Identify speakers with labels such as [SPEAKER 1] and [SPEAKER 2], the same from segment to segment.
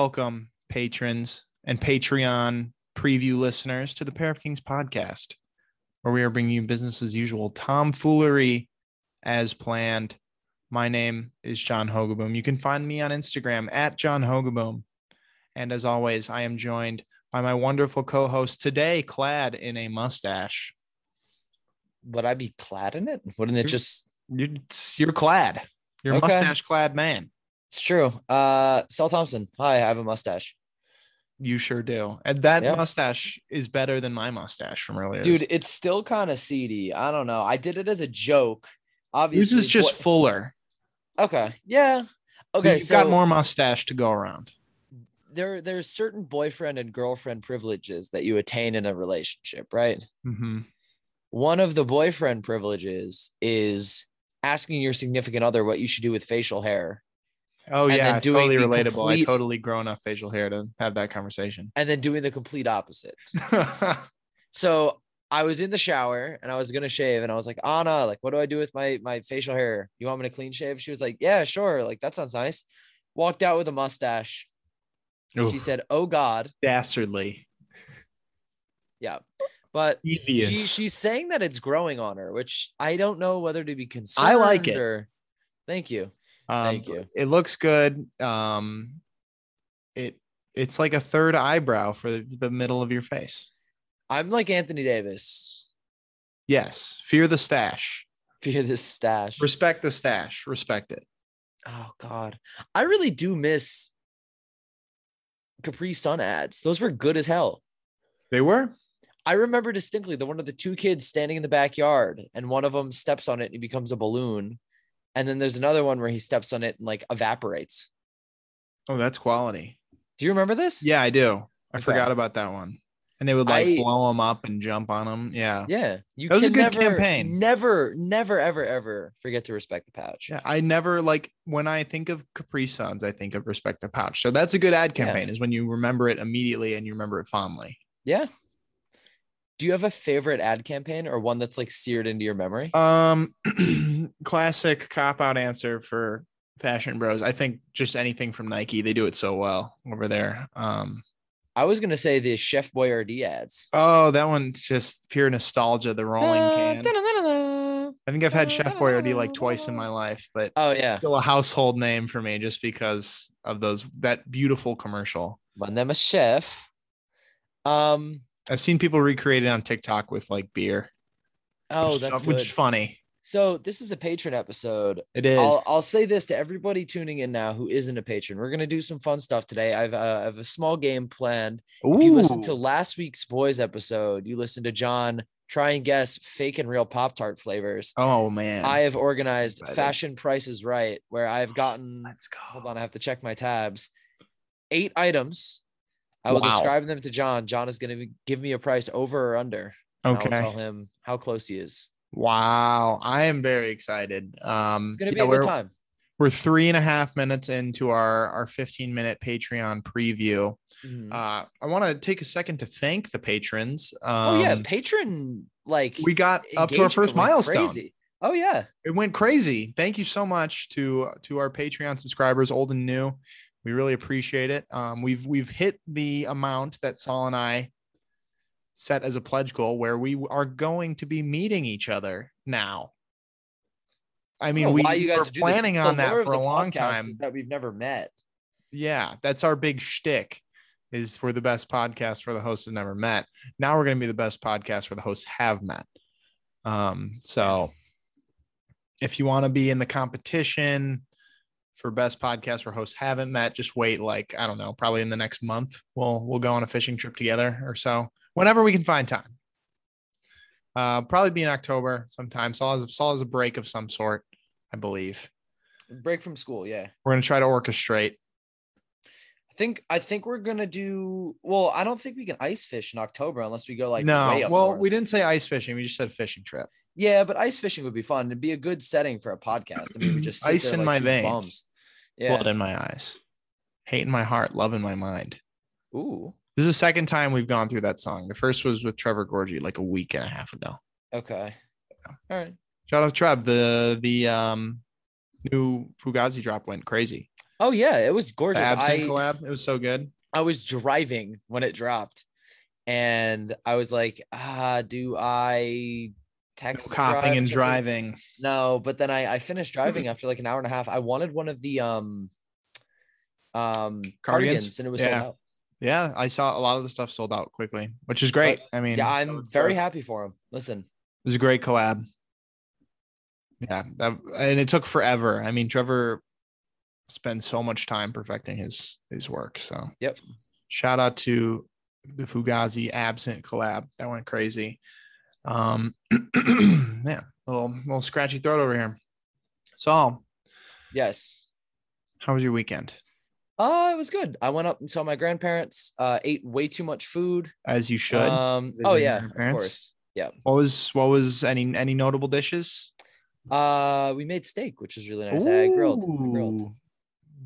[SPEAKER 1] Welcome, patrons and Patreon preview listeners, to the Pair of Kings podcast, where we are bringing you business as usual tomfoolery as planned. My name is John Hogaboom. You can find me on Instagram at John Hogaboom. And as always, I am joined by my wonderful co host today, clad in a mustache.
[SPEAKER 2] Would I be clad in it? Wouldn't it
[SPEAKER 1] You're-
[SPEAKER 2] just?
[SPEAKER 1] You're, you're clad. You're a
[SPEAKER 2] Okay.
[SPEAKER 1] mustache clad man.
[SPEAKER 2] It's true. Uh, Sal Thompson. Hi, I have a mustache,
[SPEAKER 1] You sure do. And that
[SPEAKER 2] Yeah.
[SPEAKER 1] mustache is better than my mustache from earlier.
[SPEAKER 2] dude. It's still kind of seedy. I don't know. I did it as a joke.
[SPEAKER 1] Yours
[SPEAKER 2] Obviously,
[SPEAKER 1] is just
[SPEAKER 2] what-
[SPEAKER 1] fuller.
[SPEAKER 2] okay. Yeah. Okay.
[SPEAKER 1] You've
[SPEAKER 2] so
[SPEAKER 1] got more mustache to go around.
[SPEAKER 2] there, there's certain boyfriend and girlfriend privileges that you attain in a relationship, right?
[SPEAKER 1] hmm
[SPEAKER 2] One of the boyfriend privileges is asking your significant other what you should do with facial hair,
[SPEAKER 1] Oh
[SPEAKER 2] And
[SPEAKER 1] yeah,
[SPEAKER 2] then doing
[SPEAKER 1] totally
[SPEAKER 2] the
[SPEAKER 1] relatable. I
[SPEAKER 2] complete-
[SPEAKER 1] totally grown enough facial hair to have that conversation.
[SPEAKER 2] and then doing the complete opposite.
[SPEAKER 1] That's
[SPEAKER 2] So I was in the shower and I was gonna shave, and I was like, Anna, like, what do I do with my my facial hair? You want me to clean shave? She was like, Yeah, sure. Like that sounds nice. Walked out with a mustache. She said, Oh God,
[SPEAKER 1] dastardly,
[SPEAKER 2] yeah. But she,
[SPEAKER 1] devious.
[SPEAKER 2] she's saying that it's growing on her, which I don't know whether to be concerned.
[SPEAKER 1] I like it.
[SPEAKER 2] Or... Thank you.
[SPEAKER 1] Um,
[SPEAKER 2] thank you.
[SPEAKER 1] It looks good. Um, it it's like a third eyebrow for the, the middle of your face.
[SPEAKER 2] I'm like Anthony Davis.
[SPEAKER 1] Yes, fear the stash.
[SPEAKER 2] Fear this stash.
[SPEAKER 1] Respect the stash. Respect it.
[SPEAKER 2] oh God, I really do miss Capri Sun ads. Those were good as hell.
[SPEAKER 1] They were.
[SPEAKER 2] I remember distinctly the one of the two kids standing in the backyard, and one of them steps on it and he becomes a balloon. And then there's another one where he steps on it and like evaporates.
[SPEAKER 1] Oh, that's quality.
[SPEAKER 2] Do you remember this?
[SPEAKER 1] Yeah, I do. I
[SPEAKER 2] Okay.
[SPEAKER 1] forgot about that one. And they would like
[SPEAKER 2] I-
[SPEAKER 1] blow them up and jump on them. Yeah.
[SPEAKER 2] Yeah. You
[SPEAKER 1] That was a
[SPEAKER 2] can
[SPEAKER 1] good
[SPEAKER 2] never,
[SPEAKER 1] campaign.
[SPEAKER 2] Never, never, ever, ever forget to respect the pouch.
[SPEAKER 1] Yeah, I never like when I think of Capri Suns, I think of Respect the Pouch. So that's a good ad
[SPEAKER 2] Yeah.
[SPEAKER 1] campaign is when you remember it immediately and you remember it fondly.
[SPEAKER 2] Yeah. Do you have a favorite ad campaign or one that's like seared into your memory?
[SPEAKER 1] Um classic cop out answer for fashion bros. I think just anything from Nike, they do it so well over there. Um
[SPEAKER 2] I was going to say the Chef Boyardee ads.
[SPEAKER 1] oh, that one's just pure nostalgia, the rolling
[SPEAKER 2] Dun,
[SPEAKER 1] can.
[SPEAKER 2] dun, dun, dun, dun.
[SPEAKER 1] I think I've had Chef Boyardee like twice in my life, but
[SPEAKER 2] Oh, yeah.
[SPEAKER 1] still a household name for me just because of those that beautiful commercial.
[SPEAKER 2] When them a chef. Um,
[SPEAKER 1] I've seen people recreate it on TikTok with like beer.
[SPEAKER 2] oh,
[SPEAKER 1] which-
[SPEAKER 2] that's good.
[SPEAKER 1] which is funny.
[SPEAKER 2] So this is a patron episode.
[SPEAKER 1] It is.
[SPEAKER 2] I'll, I'll say this to everybody tuning in now who isn't a patron. We're gonna do some fun stuff today. I've uh, I have a small game planned. If you listen to
[SPEAKER 1] Ooh.
[SPEAKER 2] last week's boys episode, you listen to John try and guess fake and real Pop Tart flavors.
[SPEAKER 1] oh man,
[SPEAKER 2] I have organized
[SPEAKER 1] Excited.
[SPEAKER 2] Fashion Prices Right, where I've gotten.
[SPEAKER 1] let's go.
[SPEAKER 2] Hold on, I have to check my tabs. Eight items. I will
[SPEAKER 1] Wow.
[SPEAKER 2] describe them to John. John is gonna be, give me a price over or under. and I will tell
[SPEAKER 1] Okay.
[SPEAKER 2] him how close he is.
[SPEAKER 1] Wow, I am very excited. Um,
[SPEAKER 2] It's gonna be
[SPEAKER 1] yeah,
[SPEAKER 2] a
[SPEAKER 1] we're
[SPEAKER 2] good time.
[SPEAKER 1] we're three and a half minutes into our our fifteen minute Patreon preview.
[SPEAKER 2] Mhm.
[SPEAKER 1] Uh, I want to take a second to thank the patrons. Um,
[SPEAKER 2] Oh yeah, patron like
[SPEAKER 1] we got up to our
[SPEAKER 2] engagement
[SPEAKER 1] first
[SPEAKER 2] went
[SPEAKER 1] milestone.
[SPEAKER 2] crazy. Oh yeah,
[SPEAKER 1] it went crazy. Thank you so much to to our Patreon subscribers, old and new. We really appreciate it. Um, we've we've hit the amount that Saul and I set as a pledge goal, where we are going to be meeting each other now. I mean,
[SPEAKER 2] don't know
[SPEAKER 1] we
[SPEAKER 2] Oh, why you guys
[SPEAKER 1] were
[SPEAKER 2] would do this.
[SPEAKER 1] planning
[SPEAKER 2] The
[SPEAKER 1] on that
[SPEAKER 2] lure of
[SPEAKER 1] for a
[SPEAKER 2] the
[SPEAKER 1] long
[SPEAKER 2] podcast
[SPEAKER 1] time.
[SPEAKER 2] is that we've never met.
[SPEAKER 1] Yeah, that's our big shtick. Is we're the best podcast where the hosts have never met. Now we're going to be the best podcast where the hosts have met. Um, so if you want to be in the competition for best podcast where hosts haven't met, just wait like I don't know, probably in the next month. We'll we'll go on a fishing trip together or so, whenever we can find time. Uh, probably be in October sometime. Saul has, Saul has a break of some sort, I believe.
[SPEAKER 2] Break from school, yeah.
[SPEAKER 1] We're going to try to orchestrate.
[SPEAKER 2] I think I think we're gonna do well. I don't think we can ice fish in October unless we go like way
[SPEAKER 1] no
[SPEAKER 2] up
[SPEAKER 1] well
[SPEAKER 2] north.
[SPEAKER 1] we didn't say ice fishing we just said fishing trip
[SPEAKER 2] Yeah, but ice fishing would be fun. It'd be a good setting for a podcast. I mean, we just sit
[SPEAKER 1] Ice
[SPEAKER 2] there
[SPEAKER 1] in
[SPEAKER 2] like
[SPEAKER 1] my
[SPEAKER 2] two
[SPEAKER 1] veins.
[SPEAKER 2] bums. Yeah.
[SPEAKER 1] blood in my eyes hate in my heart love in my mind
[SPEAKER 2] Ooh.
[SPEAKER 1] this is the second time we've gone through that song the first was with trevor gorgie like a week and a half ago
[SPEAKER 2] Okay. All right.
[SPEAKER 1] shout out to trev the the um new fugazi drop went crazy
[SPEAKER 2] Oh yeah, it was
[SPEAKER 1] The
[SPEAKER 2] gorgeous.
[SPEAKER 1] Absinthe
[SPEAKER 2] I,
[SPEAKER 1] collab. It was so good.
[SPEAKER 2] I was driving when it dropped, and I was like, ah, do I
[SPEAKER 1] No
[SPEAKER 2] text
[SPEAKER 1] copping and
[SPEAKER 2] drive?
[SPEAKER 1] driving.
[SPEAKER 2] No, but then I I finished driving after like an hour and a half. I wanted one of the um um cardigans, and it was
[SPEAKER 1] Yeah.
[SPEAKER 2] sold out.
[SPEAKER 1] Yeah, I saw a lot of the stuff sold out quickly, which is great. I mean,
[SPEAKER 2] Yeah,
[SPEAKER 1] that
[SPEAKER 2] I'm
[SPEAKER 1] was
[SPEAKER 2] very
[SPEAKER 1] the-
[SPEAKER 2] happy for him. Listen,
[SPEAKER 1] It was a great collab. Yeah, that, and it took forever. I mean, Trevor spends so much time perfecting his his work. So
[SPEAKER 2] Yep.
[SPEAKER 1] Shout out to the Fugazi absent collab that went crazy. Um, man, little little scratchy throat over here. So,
[SPEAKER 2] yes.
[SPEAKER 1] how was your weekend?
[SPEAKER 2] Uh, it was good. I went up and saw my grandparents, uh ate way too much food.
[SPEAKER 1] As you should.
[SPEAKER 2] Um oh
[SPEAKER 1] visiting
[SPEAKER 2] yeah, of
[SPEAKER 1] grandparents?
[SPEAKER 2] course. Yeah.
[SPEAKER 1] what was what was any any notable dishes?
[SPEAKER 2] Uh we made steak, which is really nice. I grilled. I grilled.
[SPEAKER 1] Ooh,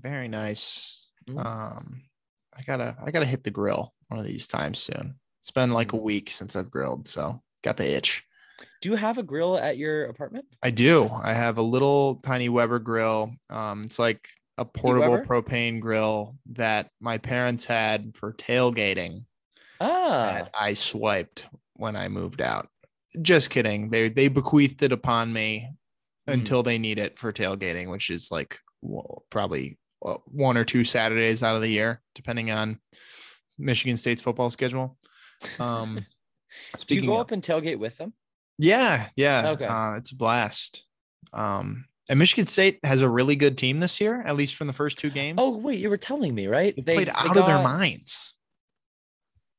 [SPEAKER 1] Very nice.
[SPEAKER 2] Mhm.
[SPEAKER 1] Um, I gotta I gotta hit the grill one of these times soon. It's been like a
[SPEAKER 2] Mm-hmm.
[SPEAKER 1] week since I've grilled, so got the itch.
[SPEAKER 2] Do you have a grill at your apartment?
[SPEAKER 1] I do. I have a little tiny Weber grill. Um, it's like a portable
[SPEAKER 2] Weber?
[SPEAKER 1] propane grill that my parents had for tailgating
[SPEAKER 2] Ah,
[SPEAKER 1] that I swiped when I moved out. Just kidding. They they bequeathed it upon me
[SPEAKER 2] Mm.
[SPEAKER 1] until they need it for tailgating, which is like well, probably uh, one or two Saturdays out of the year, depending on Michigan State's football schedule. Um,
[SPEAKER 2] do you
[SPEAKER 1] speaking
[SPEAKER 2] go
[SPEAKER 1] of-
[SPEAKER 2] up and tailgate with them?
[SPEAKER 1] yeah, yeah.
[SPEAKER 2] Okay.
[SPEAKER 1] Uh, it's a blast. Um, and Michigan State has a really good team this year, at least from the first two games.
[SPEAKER 2] Oh wait, you were telling me, right?
[SPEAKER 1] they, played out of their
[SPEAKER 2] got-
[SPEAKER 1] minds.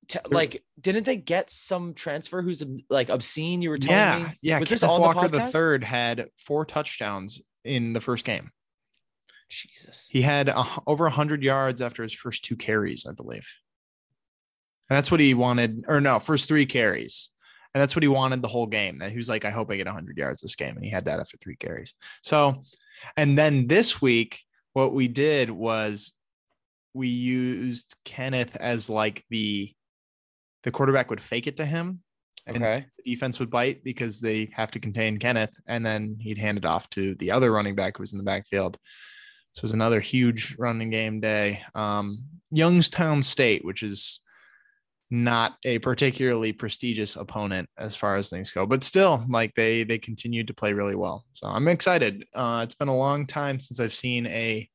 [SPEAKER 2] t-
[SPEAKER 1] They're-
[SPEAKER 2] like didn't they get some transfer who's ob- like obscene you were telling
[SPEAKER 1] Yeah,
[SPEAKER 2] me
[SPEAKER 1] yeah.
[SPEAKER 2] Was this
[SPEAKER 1] Kenneth
[SPEAKER 2] on the
[SPEAKER 1] Walker the
[SPEAKER 2] podcast?
[SPEAKER 1] third had four touchdowns in the first game.
[SPEAKER 2] jesus
[SPEAKER 1] He had a, over 100 yards after his first two carries, I believe. And that's what he wanted, or no, first three carries. And that's what he wanted the whole game. That he was like, I hope I get 100 yards this game. And he had that after three carries. So, and then this week, what we did was we used Kenneth as like the the quarterback would fake it to him. And
[SPEAKER 2] okay
[SPEAKER 1] the defense would bite because they have to contain Kenneth, and then he'd hand it off to the other running back who was in the backfield. So it was another huge running game day. Um, Youngstown State, which is not a particularly prestigious opponent as far as things go, but still, like they they continued to play really well. So I'm excited. Uh, it's been a long time since I've seen a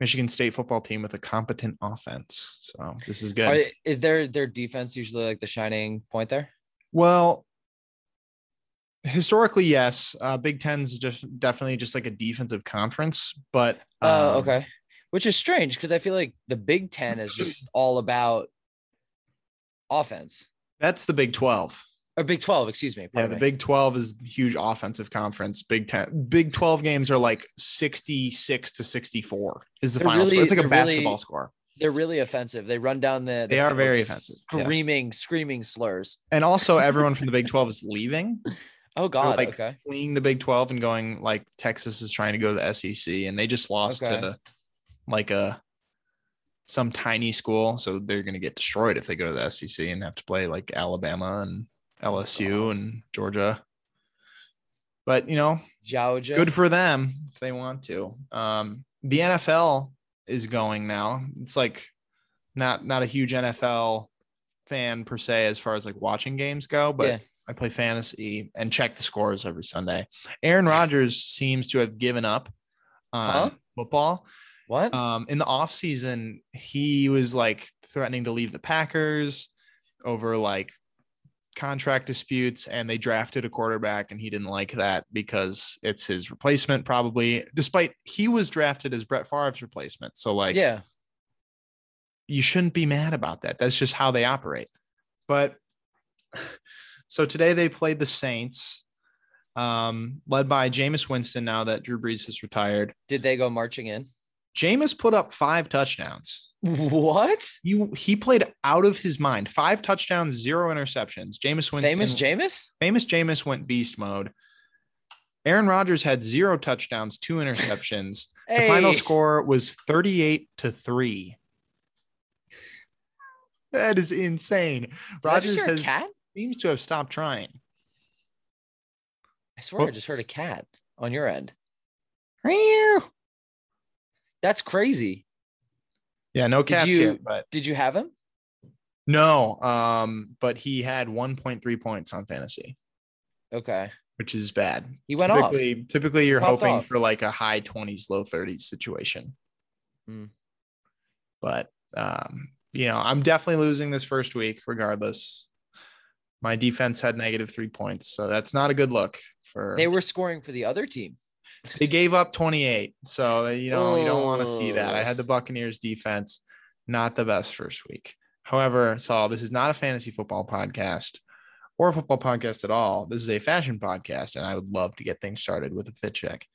[SPEAKER 1] Michigan State football team with a competent offense. So this is good.
[SPEAKER 2] Are, is their their defense usually like the shining point there
[SPEAKER 1] Well, historically, yes. Uh, Big Ten's just definitely just like a defensive conference, but
[SPEAKER 2] oh
[SPEAKER 1] um,
[SPEAKER 2] okay which is strange because i feel like the big 10 is just all about offense
[SPEAKER 1] that's the Big Twelve.
[SPEAKER 2] or big 12 excuse me
[SPEAKER 1] Yeah,
[SPEAKER 2] pardon
[SPEAKER 1] the
[SPEAKER 2] me.
[SPEAKER 1] Big Twelve is a huge offensive conference. Big Ten, Big Twelve games are like sixty-six to sixty-four is the
[SPEAKER 2] They're
[SPEAKER 1] final
[SPEAKER 2] really-
[SPEAKER 1] score. It's like a
[SPEAKER 2] they're
[SPEAKER 1] basketball
[SPEAKER 2] really-
[SPEAKER 1] score,
[SPEAKER 2] they're really offensive they run down the, the
[SPEAKER 1] They are
[SPEAKER 2] field
[SPEAKER 1] very
[SPEAKER 2] with
[SPEAKER 1] offensive, yes.
[SPEAKER 2] screaming screaming slurs
[SPEAKER 1] and also everyone from the Big Twelve is leaving.
[SPEAKER 2] oh
[SPEAKER 1] They're,
[SPEAKER 2] god
[SPEAKER 1] like
[SPEAKER 2] okay
[SPEAKER 1] fleeing the Big Twelve and going like Texas is trying to go to the SEC, and they just lost
[SPEAKER 2] Okay.
[SPEAKER 1] to like a some tiny school, so they're going to get destroyed if they go to the SEC and have to play like Alabama and
[SPEAKER 2] Uh-huh.
[SPEAKER 1] LSU and Georgia. But you know,
[SPEAKER 2] Georgia.
[SPEAKER 1] good for them if they want to. Um, the NFL is going now. It's like not not a huge NFL fan per se as far as like watching games go, but
[SPEAKER 2] Yeah.
[SPEAKER 1] I play fantasy and check the scores every Sunday. Aaron Rodgers seems to have given up on
[SPEAKER 2] Huh?
[SPEAKER 1] football.
[SPEAKER 2] what
[SPEAKER 1] Um, in the offseason, he was like threatening to leave the Packers over like contract disputes, and they drafted a quarterback, and he didn't like that because it's his replacement, probably. Despite he was drafted as Brett Favre's replacement, so like,
[SPEAKER 2] yeah
[SPEAKER 1] you shouldn't be mad about that. That's just how they operate. But so today they played the Saints, um, led by Jameis Winston. Now that Drew Brees has retired,
[SPEAKER 2] did they go marching in
[SPEAKER 1] Jameis put up five touchdowns.
[SPEAKER 2] what
[SPEAKER 1] He he played out of his mind. Five touchdowns, zero interceptions. Jameis Winston,
[SPEAKER 2] famous Jameis?
[SPEAKER 1] famous Jameis went beast mode. Aaron Rodgers had zero touchdowns, two interceptions. The final
[SPEAKER 2] Hey.
[SPEAKER 1] score was 38 to 3. That is insane.
[SPEAKER 2] Did I
[SPEAKER 1] Rodgers
[SPEAKER 2] just hear a
[SPEAKER 1] has
[SPEAKER 2] cat?
[SPEAKER 1] seems to have stopped trying.
[SPEAKER 2] I swear I
[SPEAKER 1] Whoop.
[SPEAKER 2] just heard a cat on your end. That's crazy.
[SPEAKER 1] Yeah, no
[SPEAKER 2] Did
[SPEAKER 1] cats
[SPEAKER 2] you-
[SPEAKER 1] here, but
[SPEAKER 2] Did you have him?
[SPEAKER 1] no. Um, but he had 1.3 points on fantasy,
[SPEAKER 2] Okay.
[SPEAKER 1] which is bad.
[SPEAKER 2] He went off.
[SPEAKER 1] typically, typically you're
[SPEAKER 2] Popped
[SPEAKER 1] hoping
[SPEAKER 2] off.
[SPEAKER 1] for like a high 20s, low 30s situation.
[SPEAKER 2] Mm.
[SPEAKER 1] But um, you know, I'm definitely losing this first week, regardless. My defense had negative three points, so that's not a good look for
[SPEAKER 2] They were scoring for the other team.
[SPEAKER 1] they gave up 28 so you know you don't want to see that i
[SPEAKER 2] Oh.
[SPEAKER 1] had the buccaneers defense not the best first week however saul this is not a fantasy football podcast or a football podcast at all this is a fashion podcast and i would love to get things started with a fit check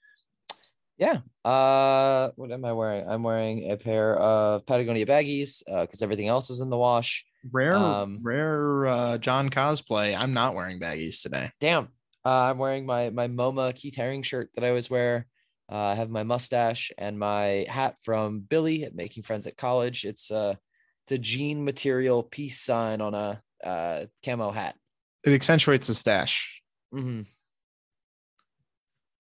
[SPEAKER 2] Uh, what am I wearing? I'm wearing a pair of Patagonia baggies because everything else is in the wash.
[SPEAKER 1] rare
[SPEAKER 2] Um,
[SPEAKER 1] rare uh, john cosplay i'm not wearing baggies today
[SPEAKER 2] Damn. Uh, I'm wearing my my MoMA Keith Haring shirt that I always wear. Uh, I have my mustache and my hat from Billy at Making Friends at College. It's a it's a jean material peace sign on a uh, camo hat.
[SPEAKER 1] it accentuates the stash
[SPEAKER 2] hmm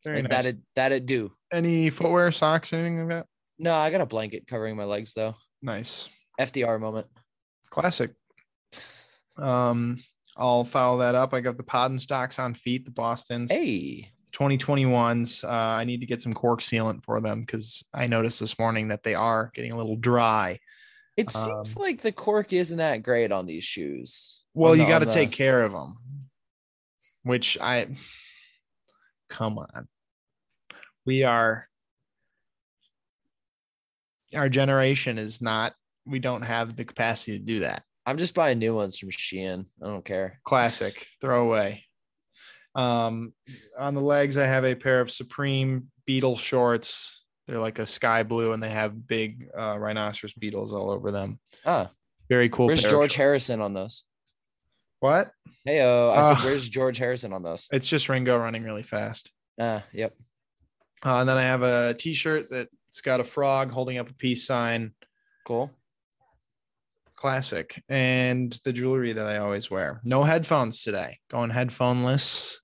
[SPEAKER 1] very nice.
[SPEAKER 2] That it that it do.
[SPEAKER 1] any footwear socks anything like that
[SPEAKER 2] No, I got a blanket covering my legs though.
[SPEAKER 1] nice
[SPEAKER 2] FDR moment.
[SPEAKER 1] classic. Um, I'll follow that up. I got the pod and stocks on feet, the Boston's
[SPEAKER 2] Hey,
[SPEAKER 1] 2021s. Uh, I need to get some cork sealant for them because I noticed this morning that they are getting a little dry.
[SPEAKER 2] it
[SPEAKER 1] Um,
[SPEAKER 2] seems like the cork isn't that great on these shoes.
[SPEAKER 1] Well,
[SPEAKER 2] On
[SPEAKER 1] you
[SPEAKER 2] the-
[SPEAKER 1] got to
[SPEAKER 2] on the-
[SPEAKER 1] take care of them, which I come on. We are our generation is not, we don't have the capacity to do that.
[SPEAKER 2] I'm just buying new ones from Shein. I don't care.
[SPEAKER 1] classic throwaway. Um, on the legs, I have a pair of Supreme beetle shorts. They're like a sky blue, and they have big uh, rhinoceros beetles all over them.
[SPEAKER 2] Ah,
[SPEAKER 1] Very cool.
[SPEAKER 2] where's
[SPEAKER 1] pair of
[SPEAKER 2] George
[SPEAKER 1] shorts.
[SPEAKER 2] Harrison on those?
[SPEAKER 1] What?
[SPEAKER 2] Hey, oh, I said,
[SPEAKER 1] Ah.
[SPEAKER 2] where's George Harrison on those?
[SPEAKER 1] It's just Ringo running really fast.
[SPEAKER 2] Ah, yep.
[SPEAKER 1] Uh, and then I have a T-shirt that's got a frog holding up a peace sign.
[SPEAKER 2] Cool.
[SPEAKER 1] Classic. And the jewelry that I always wear. No headphones today. Going headphoneless.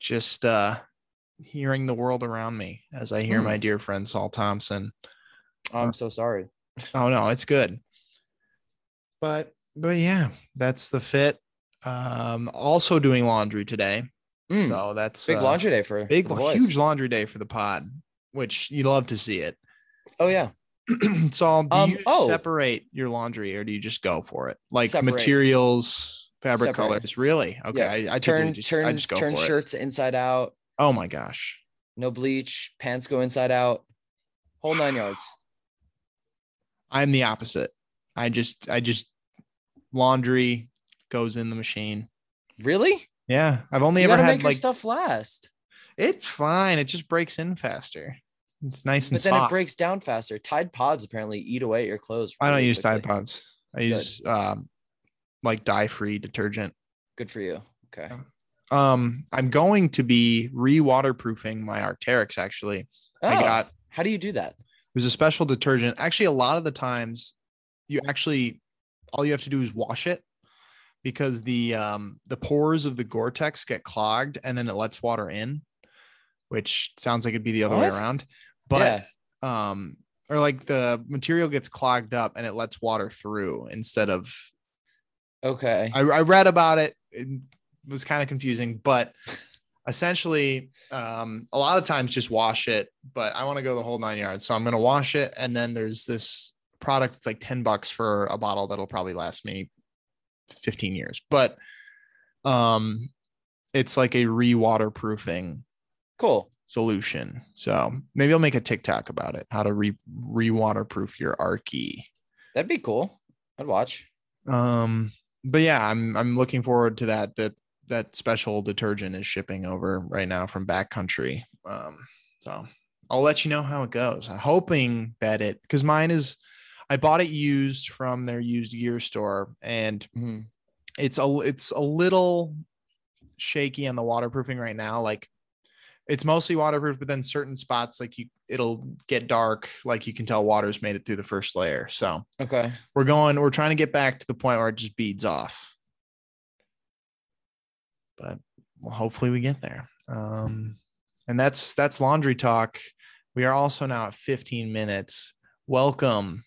[SPEAKER 1] Just uh hearing the world around me as I hear
[SPEAKER 2] Hmm.
[SPEAKER 1] my dear friend Saul Thompson. Uh,
[SPEAKER 2] I'm so sorry.
[SPEAKER 1] Oh no, it's good. But but yeah, that's the fit. Um also doing laundry today.
[SPEAKER 2] Mm,
[SPEAKER 1] So that's
[SPEAKER 2] big
[SPEAKER 1] uh,
[SPEAKER 2] laundry day for
[SPEAKER 1] big
[SPEAKER 2] for the boys.
[SPEAKER 1] huge laundry day for the pod, which you love to see it.
[SPEAKER 2] Oh yeah.
[SPEAKER 1] Saul, do
[SPEAKER 2] Um,
[SPEAKER 1] you
[SPEAKER 2] oh.
[SPEAKER 1] separate your laundry or do you just go for it? Like
[SPEAKER 2] Separate.
[SPEAKER 1] materials, fabric
[SPEAKER 2] Separate.
[SPEAKER 1] colors. Really? Okay.
[SPEAKER 2] Yeah.
[SPEAKER 1] I, I
[SPEAKER 2] Turn
[SPEAKER 1] turn, just,
[SPEAKER 2] turn
[SPEAKER 1] I just go
[SPEAKER 2] turn
[SPEAKER 1] for it.
[SPEAKER 2] shirts inside out.
[SPEAKER 1] Oh my gosh.
[SPEAKER 2] No bleach. Pants go inside out. Whole nine yards.
[SPEAKER 1] I'm the opposite. I just I just laundry goes in the machine.
[SPEAKER 2] Really?
[SPEAKER 1] Yeah. I've only
[SPEAKER 2] you
[SPEAKER 1] ever
[SPEAKER 2] gotta
[SPEAKER 1] had
[SPEAKER 2] make your
[SPEAKER 1] like
[SPEAKER 2] stuff last.
[SPEAKER 1] it's fine. It just breaks in faster. It's nice and
[SPEAKER 2] But then it
[SPEAKER 1] soft.
[SPEAKER 2] breaks down faster. Tide pods apparently eat away at your clothes.
[SPEAKER 1] I don't
[SPEAKER 2] really
[SPEAKER 1] use Tide
[SPEAKER 2] quickly.
[SPEAKER 1] Pods. I use um like dye free detergent.
[SPEAKER 2] Good for you. Okay.
[SPEAKER 1] Um, I'm going to be re-waterproofing my Arcteryx actually. I
[SPEAKER 2] Oh,
[SPEAKER 1] got
[SPEAKER 2] how do you do that?
[SPEAKER 1] there's a special detergent. Actually, a lot of the times you actually all you have to do is wash it because the um the pores of the Gore-Tex get clogged and then it lets water in, which sounds like it'd be the other way
[SPEAKER 2] What?
[SPEAKER 1] around. But um or like the material gets clogged up and it lets water through instead of
[SPEAKER 2] yeah. Okay.
[SPEAKER 1] I, I read about it. It was kind of confusing, but essentially, um, a lot of times just wash it. But I want to go the whole nine yards, so I'm going to wash it. And then there's this product. It's like ten bucks for a bottle that'll probably last me fifteen years. But um, it's like a re-waterproofing
[SPEAKER 2] cool.
[SPEAKER 1] solution. So maybe I'll make a TikTok about it. How to re re-waterproof your Arky.
[SPEAKER 2] That'd be cool. I'd watch.
[SPEAKER 1] Um, but yeah, I'm I'm looking forward to that. That that special detergent is shipping over right now from Backcountry. Um, so I'll let you know how it goes. I'm hoping that it because mine is I bought it used from their used gear store and
[SPEAKER 2] Mhm.
[SPEAKER 1] it's a it's a little shaky on the waterproofing right now. Like it's mostly waterproof, but then certain spots like you it'll get dark, like you can tell water's made it through the first layer. So
[SPEAKER 2] Okay.
[SPEAKER 1] we're going we're trying to get back to the point where it just beads off but well, hopefully we get there um and that's that's laundry talk We are also now at 15 minutes. Welcome